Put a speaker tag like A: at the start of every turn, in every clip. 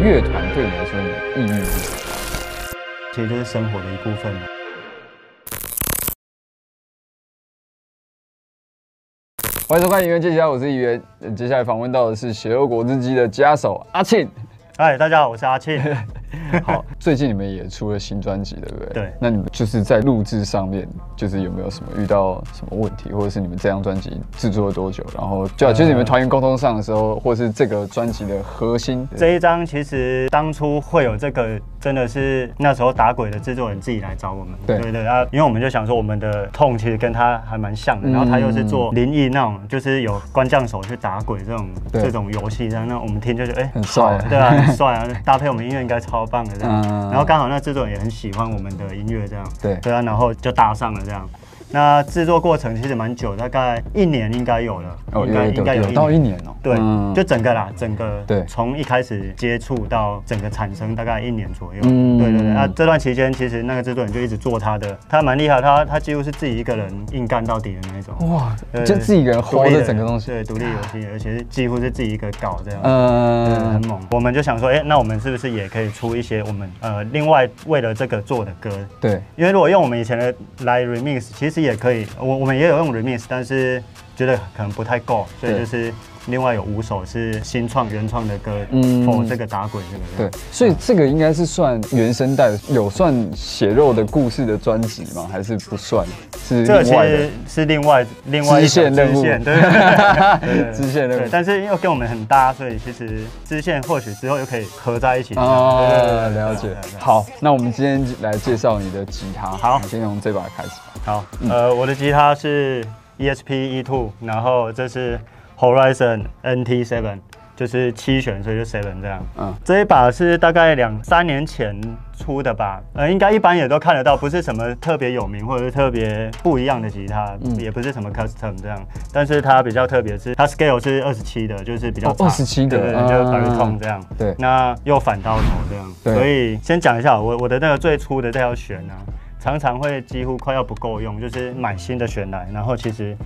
A: 乐团对你来说你的意义是什么？
B: 其实就是生活的一部分。
A: 欢迎收看《一元接下来我是一元。呃接下来访问到的是邪恶果汁机的家手阿 庆。
B: 嗨，哎大家好，我是阿庆。
A: 好，最近你们也出了新专辑，对不对？
B: 对
A: 那你们就是在录制上面，就是有没有什么遇到什么问题，或者是你们这张专辑制作了多久？然后就、就是你们团员沟通上的时候，或是这个专辑的核心，
B: 嗯这一张其实当初会有这个，真的是那时候打鬼的制作人自己来找我们。
A: 对
B: 对对，啊，因为我们就想说我们的痛其实跟他还蛮像
A: 嗯
B: 的，然后他又是做灵异那种，就是有关将手去打鬼这种
A: 对
B: 这种游戏，然后那我们听就是哎、
A: 很帅
B: 好对啊， 很帅啊，搭配我们音乐应该超棒的这样。
A: 嗯
B: 然后刚好那制作人也很喜欢我们的音乐这样。
A: 对
B: 对啊，然后就搭上了这样。那制作过程其实蛮久，大概一年应该有了，
A: 哦，
B: 应该
A: 有
B: 应该
A: 有
B: 有
A: 有到一年哦。
B: 对，
A: 嗯
B: 就整个啦，整个
A: 对
B: 从一开始接触到整个产生大概一年左右。
A: 嗯
B: 对对对。那这段期间，其实那个制作人就一直做他的，他蛮厉害，他他几乎是自己一个人硬干到底的那一种。
A: 哇，
B: 对
A: 哦就自己一个人
B: 独
A: hold
B: 立
A: 着
B: 的
A: 整个东西，啊
B: 对，独立游戏，而且是几乎是自己一个搞这样。对
A: 嗯
B: 很，猛，我们就想说，哎、那我们是不是也可以出一些我们呃另外为了这个做的歌？
A: 对，
B: 因为如果用我们以前的来 remix，其实也可以，我我们也有用 remix，但是觉得可能不太够，所以
A: 对
B: 就是另外有五首是新创原创的歌
A: 嗯
B: ，for 这个打鬼这个
A: 对，所以这个应该是算原声带，有算血肉的故事的专辑吗？还是不算？是
B: 这个
A: 另
B: 其
A: 外的
B: 实是另外另外一
A: 支
B: 条
A: 线任务
B: 支 线对对对对对
A: 支线任务
B: 对但是又跟我们很搭，所以其实支线或许之后又可以合在一起。对对
A: 哦
B: 对，对
A: 了
B: 对
A: 解
B: 对对。
A: 好，那我们今天来介绍你的吉他。
B: 好
A: 我们先从这把开始。
B: 好，
A: 嗯
B: 呃，我的吉他是 ESP E Two，然后这是 Horizon NT Seven，就是七弦，所以就 Seven 这样。
A: 嗯
B: 嗯，这一把是大概两三年前出的吧，呃，应该一般也都看得到，不是什么特别有名或者是特别不一样的吉他，
A: 嗯
B: 也不是什么 custom 这样，但是它比较特别是它 scale 是二十七的，就是比较
A: 哦
B: 长
A: 27的
B: 对对
A: 嗯
B: 对，就是 baritone 这样。
A: 对
B: 那又反刀头这样，
A: 对
B: 所以先讲一下我我的那个最初的这条弦啊，常常会几乎快要不够用，就是买新的弦来，然后其实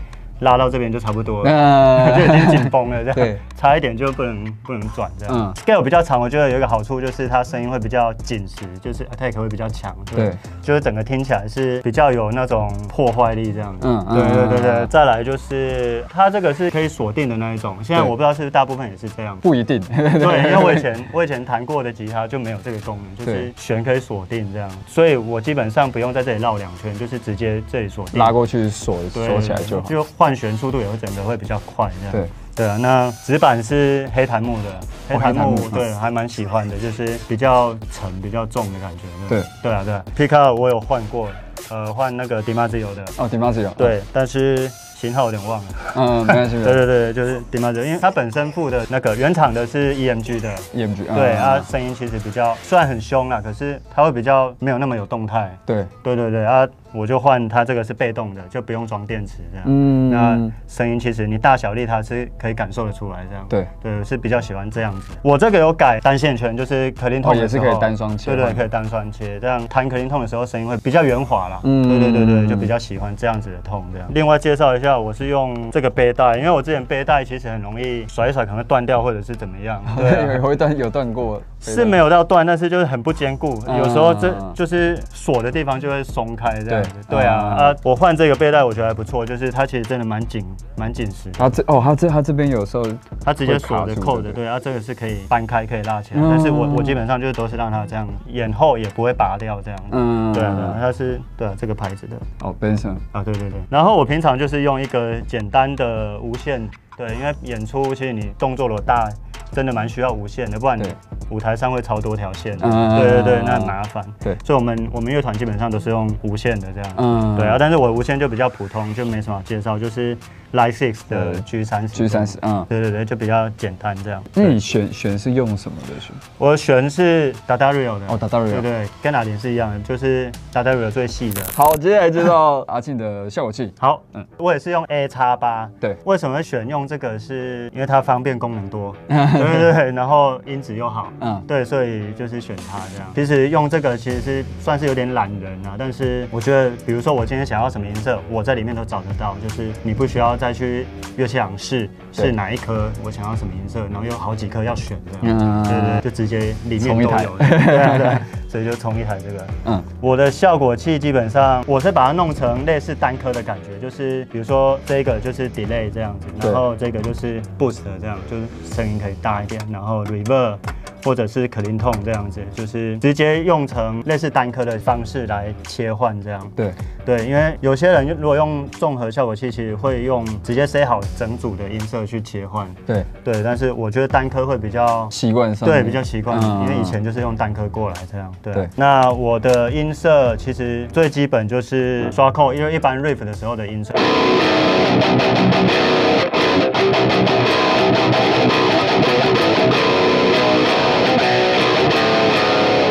B: 拉到这边就差不多了。 就已
A: 那
B: 经紧绷了，这样
A: 对
B: 差一点就不能不能转这样。
A: 嗯
B: scale 比较长，我觉得有一个好处就是它声音会比较紧实，就是啊 attack 会比较强，
A: 对
B: 就是整个听起来是比较有那种破坏力这样子。
A: 嗯
B: 嗯，
A: 嗯
B: 对对
A: 嗯
B: 对对
A: 嗯。
B: 再来就是它这个是可以锁定的那一种，现在
A: 对
B: 我不知道是不是大部分也是这样。
A: 不一定。
B: 对，因为我以前 我以前弹过的吉他就没有这个功能，就是
A: 对
B: 弦可以锁定这样，所以我基本上不用在这里绕两圈，就是直接这里锁定
A: 拉过去锁
B: 对
A: 锁起来就好。
B: 就换弦速度也会整个会比较快这样。
A: 对
B: 对啊，那纸板是黑檀木的，黑檀木
A: 哦黑檀木
B: 对还蛮喜欢的，就是比较沉、比较重的感觉。
A: 对
B: 对啊对啊，Pickup 我有换过，呃，换那个 DiMaggio 的，
A: 哦 d i m a g i o
B: 对，但是型号有点忘了。
A: 嗯，没关系。没
B: 对
A: 关系
B: 对对，就是 DiMaggio，因为它本身附的那个原厂的是 EMG 的，
A: EMG。嗯
B: 对，啊
A: 嗯
B: 它
A: 嗯
B: 声音其实比较虽然很凶啊啦，可是它会比较没有那么有动态。
A: 对，
B: 对对对啊，我就换它这个是被动的，就不用装电池这样。
A: 嗯
B: 那声音其实你大小力它是可以感受得出来这样。
A: 对
B: 对，啊是比较喜欢这样子。我这个有改单线圈，就是可林
A: 哦
B: 痛
A: 也是可以单双切
B: 对
A: 换
B: 对，可以单双切，这样弹可林痛的时候声音会比较圆滑啦。
A: 嗯
B: 嗯，对对对对，就比较喜欢这样子的痛这样。另外介绍一下，我是用这个背带，因为我之前背带其实很容易甩一甩可能会断掉或者是怎么样。 对啊、
A: 有有一段有断过。
B: 是没
A: 有。
B: 有到断，但是就是很不坚固，
A: 嗯
B: 有时候这
A: 嗯嗯
B: 就是锁的地方就会松开这样子。
A: 对
B: 对啊，
A: 嗯嗯
B: 啊，我换这个背带我觉得还不错，就是它其实真的蛮紧，蛮紧实的，
A: 它这哦，它这它这边有时候
B: 它直接锁
A: 会
B: 着
A: 卡住
B: 扣
A: 对
B: 着。
A: 不对
B: 对啊，这个是可以搬开，可以拉起来，
A: 嗯
B: 但是我我基本上就是都是让它这样，眼后也不会拔掉这样。
A: 嗯
B: 对啊，对啊，它是对啊这个牌子的。
A: 哦，Benson。
B: 啊，对对对。然后我平常就是用一个简单的无线，对，因为演出其实你动作如果大，真的蛮需要无线的，不然
A: 对
B: 舞台上会超多条线的。
A: 嗯
B: 对对对，那很麻烦。
A: 对
B: 所以我们我们乐团基本上都是用无线的这样。
A: 嗯
B: 嗯，对啊，但是我无线就比较普通，就没什么好介绍，就是 Live Six 的
A: 对
B: G 三十。
A: 呃 G 三十，嗯。
B: 对对对，就比较简单这样。
A: 那你选选是用什么的选？
B: 我的弦是 Dadario 的。
A: 哦，Daddario
B: 对对，跟哪点是一样的，就是 Dadario 最细的。
A: 好，接下来介绍 阿庆的效果器。
B: 好，
A: 嗯
B: 嗯，我也是用 A 叉八。
A: 对
B: 为什么会选用这个是？因为它方便，功 能多，对对对，然后音质又好，
A: 嗯
B: 嗯，对，所以就是选它这样。其实用这个其实是算是有点懒人啊，但是我觉得，比如说我今天想要什么颜色，我在里面都找得到，就是你不需要要再去乐器行试
A: 对
B: 是哪一颗，我想要什么颜色，然后有好几颗要选这
A: 嗯
B: 样，对对，对就直接里面
A: 冲
B: 都
A: 一
B: 有
A: 台
B: 了，对啊对啊，所以就冲一台这个。
A: 嗯，
B: 我的效果器基本上我是把它弄成类似单颗的感觉，就是比如说这个就是 delay 这样子，
A: 对
B: 然后这个就是 boost 这样，就是声音可以大一点，然后 reverb 或者是 clean tone 这样子，就是直接用成类似单颗的方式来切换这样。
A: 对，
B: 对，因为有些人如果用综合效果器，其实会用直接塞好整组的音色去切换。
A: 对，
B: 对，但是我觉得单颗会比较
A: 习惯上
B: 对，
A: 面
B: 比较习惯，
A: 嗯
B: 因为以前就是用蛋壳过来这样。对，啊
A: 对
B: 那我的音色其实最基本就是刷扣，因为一般 riff 的时候的音色。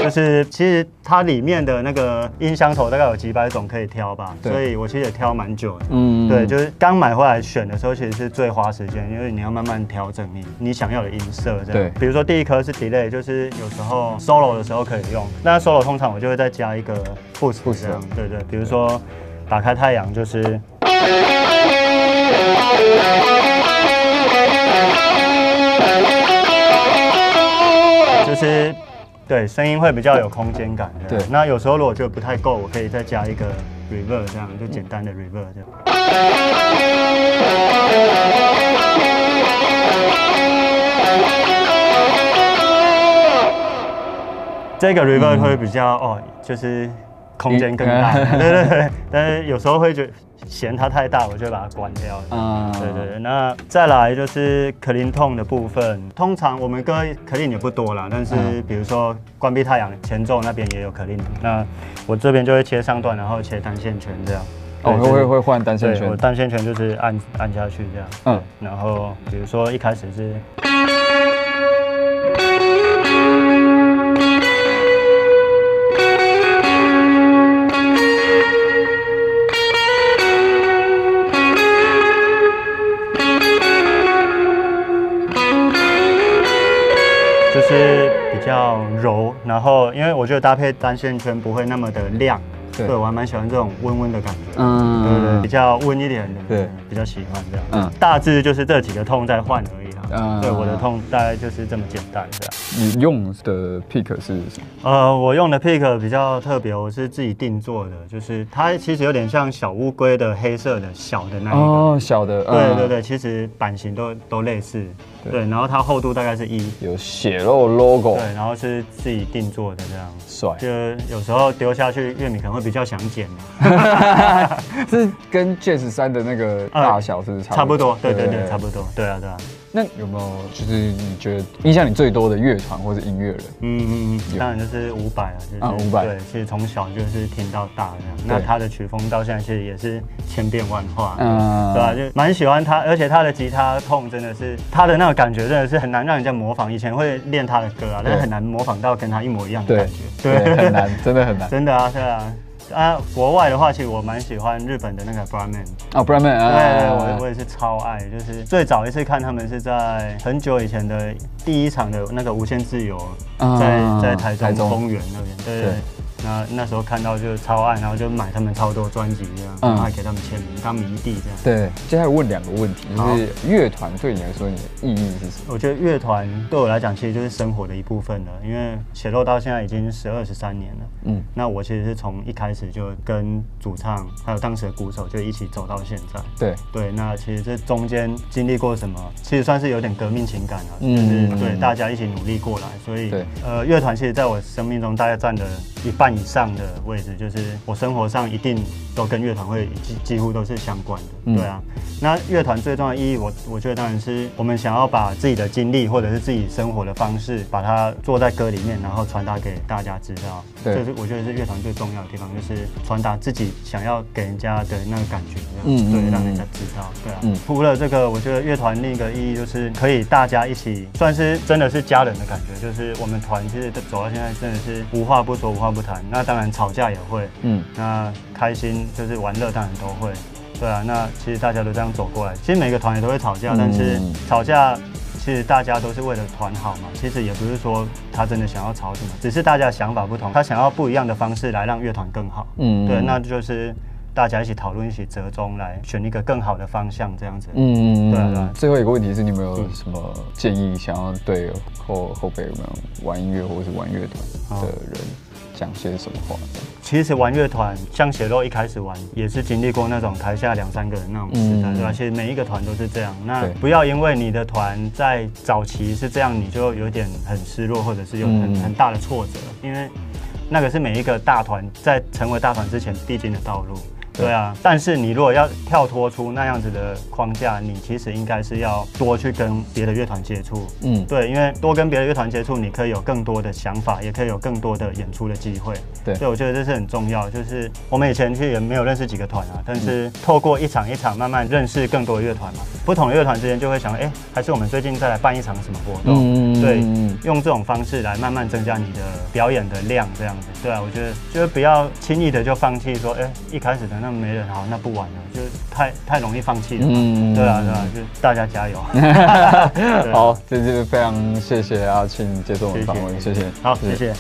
B: 就是其实它里面的那个音箱头大概有几百种可以挑吧，
A: 对
B: 所以我其实也挑蛮久的。
A: 嗯
B: 对，就是刚买回来选的时候，其实是最花时间，因为你要慢慢调整你你想要的音色这样。
A: 对
B: 比如说第一颗是 delay，就是有时候 solo 的时候可以用，那 solo 通常我就会再加一个 boost
A: boost
B: 这样。对对，比如说打开太阳就是。就是对声音会比较有空间感的。
A: 对
B: 那有时候如果觉得不太够，我可以再加一个 reverb，这样就简单的 reverb 这样。这
A: 嗯
B: 个 reverb 会比较、哦，就是空间更大，
A: 嗯
B: 对 对对。但是有时候会觉得嫌它太大，我就会把它关掉。
A: 啊，
B: 对对对，那再来就是 clean tone 的部分，通常我们歌 clean 也不多啦，但是
A: 嗯
B: 比如说关闭太阳前奏那边也有 clean，那我这边就会切上段，然后切单线圈这样。
A: 哦，会
B: 对
A: 会会换单线
B: 对，我
A: 圈，
B: 单线圈就是按按下去这样，
A: 嗯，
B: 然后比如说一开始是，就是比较柔，然后因为我觉得搭配单线圈不会那么的亮，
A: 对
B: 对我还蛮喜欢这种温温的感觉，对对对，
A: 嗯
B: 比，较温一点的，
A: 对，
B: 比较喜欢这样。
A: 嗯
B: 嗯，大致就是这几个痛在换而已啦。
A: 嗯
B: 对，我的痛大概就是这么简单这样。
A: 你用的 pick 是什么？
B: 呃，我用的 pick 比较特别，我是自己定做的，就是它其实有点像小乌龟的黑色的小的那一个。
A: 哦，小的，
B: 对
A: 嗯
B: 对，对，其实版型都都类似。
A: 对
B: 对，然后它厚度大概是一。
A: 有血肉 logo，
B: 对，然后是自己定做的这样。
A: 帅，
B: 就有时候丢下去，乐迷可能会比较想捡啊，
A: 这跟 Jazz 三的那个大小是不是
B: 啊差不多，对对对，差
A: 多。
B: 不多，对啊对啊，
A: 那有没有就是你觉得影响你最多的乐团或者音乐人？
B: 嗯嗯
A: 有
B: 嗯，当然就是伍佰啊，就是
A: 啊伍佰
B: 对，其实从小就是听到大这样。那
A: 对
B: 他的曲风到现在其实也是千变万化，
A: 嗯
B: 对吧、就蛮喜欢他，而且他的吉他痛真的是，他的那个感觉真的是很难让人家模仿。以前会练他的歌啊，但
A: 对
B: 是很难模仿到跟他一模一样的
A: 对
B: 感觉。
A: 对，很难，真的很难。
B: 真的啊，对啊。啊，国外的话，其实我蛮喜欢日本的那个 Brahman，
A: 啊，不然没有
B: 对，
A: 啊
B: 我我也是超爱，就是最早一次看他们是在很久以前的第一场的那个《无限自由
A: 啊》
B: 在，在台
A: 台中
B: 中公园那边，对
A: 对
B: 对。那那时候看到就是超爱，然后就买他们超多专辑这样，
A: 嗯
B: 然后还给他们签名当迷弟这样。
A: 对，接下来问两个问题，就
B: 好
A: 是乐团对你来说你的意义是什么？
B: 我觉得乐团对我来讲其实就是生活的一部分了，因为血肉到现在已经十二十三年了。
A: 嗯，
B: 那我其实是从一开始就跟主唱还有当时的鼓手就一起走到现在。
A: 对，
B: 对，那其实这中间经历过什么，其实算是有点革命情感了、
A: 嗯
B: 就是对大家一起努力过来，所以
A: 对
B: 呃，乐团其实在我生命中大概占了一半以上的位置，就是我生活上一定都跟乐团会几几乎都是相关的，
A: 嗯
B: 对啊。那乐团最重要的意义，我我觉得当然是我们想要把自己的经历或者是自己生活的方式，把它做在歌里面，然后传达给大家知道。
A: 对
B: 这是我觉得是乐团最重要的地方，就是传达自己想要给人家的那个感觉，这
A: 嗯
B: 样
A: 嗯
B: 对，让
A: 嗯
B: 人家知道，对啊。
A: 嗯
B: 除了这个，我觉得乐团另一个意义就是可以大家一起，算是真的是家人的感觉，就是我们团其实走到现在真的是无话不说，无话不谈。那当然吵架也会，
A: 嗯，
B: 那开心就是玩乐当然都会，对啊。那其实大家都这样走过来，其实每个团也都会吵架，
A: 嗯
B: 但是吵架。其实大家都是为了团好嘛，其实也不是说他真的想要吵什么，只是大家想法不同，他想要不一样的方式来让乐团更好。
A: 嗯
B: 对，那就是大家一起讨论，一起折中来选一个更好的方向，这样子。
A: 嗯，
B: 嗯，对啊对啊嗯
A: 最后一个问题是，你们有什么建议想要对后后辈有没有玩音乐或者是玩乐团的人讲些什么话？
B: 其实玩乐团，像血肉一开始玩也是经历过那种台下两三个人那种时代，
A: 嗯
B: 对吧？其实每一个团都是这样。那
A: 对
B: 不要因为你的团在早期是这样，你就有点很失落，或者是有很
A: 嗯
B: 很大的挫折，因为那个是每一个大团在成为大团之前必经的道路。
A: 对
B: 对啊，但是你如果要跳脱出那样子的框架，你其实应该是要多去跟别的乐团接触，
A: 嗯，
B: 对，因为多跟别的乐团接触，你可以有更多的想法，也可以有更多的演出的机会。
A: 对
B: 所以我觉得这是很重要。就是我们以前去也没有认识几个团啊，但
A: 嗯
B: 是透过一场一场慢慢认识更多的乐团嘛，不同的乐团之间就会想，哎、还是我们最近再来办一场什么活动？
A: 嗯
B: 对
A: 嗯，
B: 用这种方式来慢慢增加你的表演的量，这样子。对啊，我觉得就是不要轻易的就放弃，说，哎、一开始的那没人好，那不玩了，就是太太容易放弃了嘛。
A: 嗯
B: 对啊，对啊，就是大家 加油。啊
A: 好，这就是非常谢谢阿庆接受我们
B: 谢
A: 访问，
B: 谢，
A: 谢谢，
B: 好，谢谢。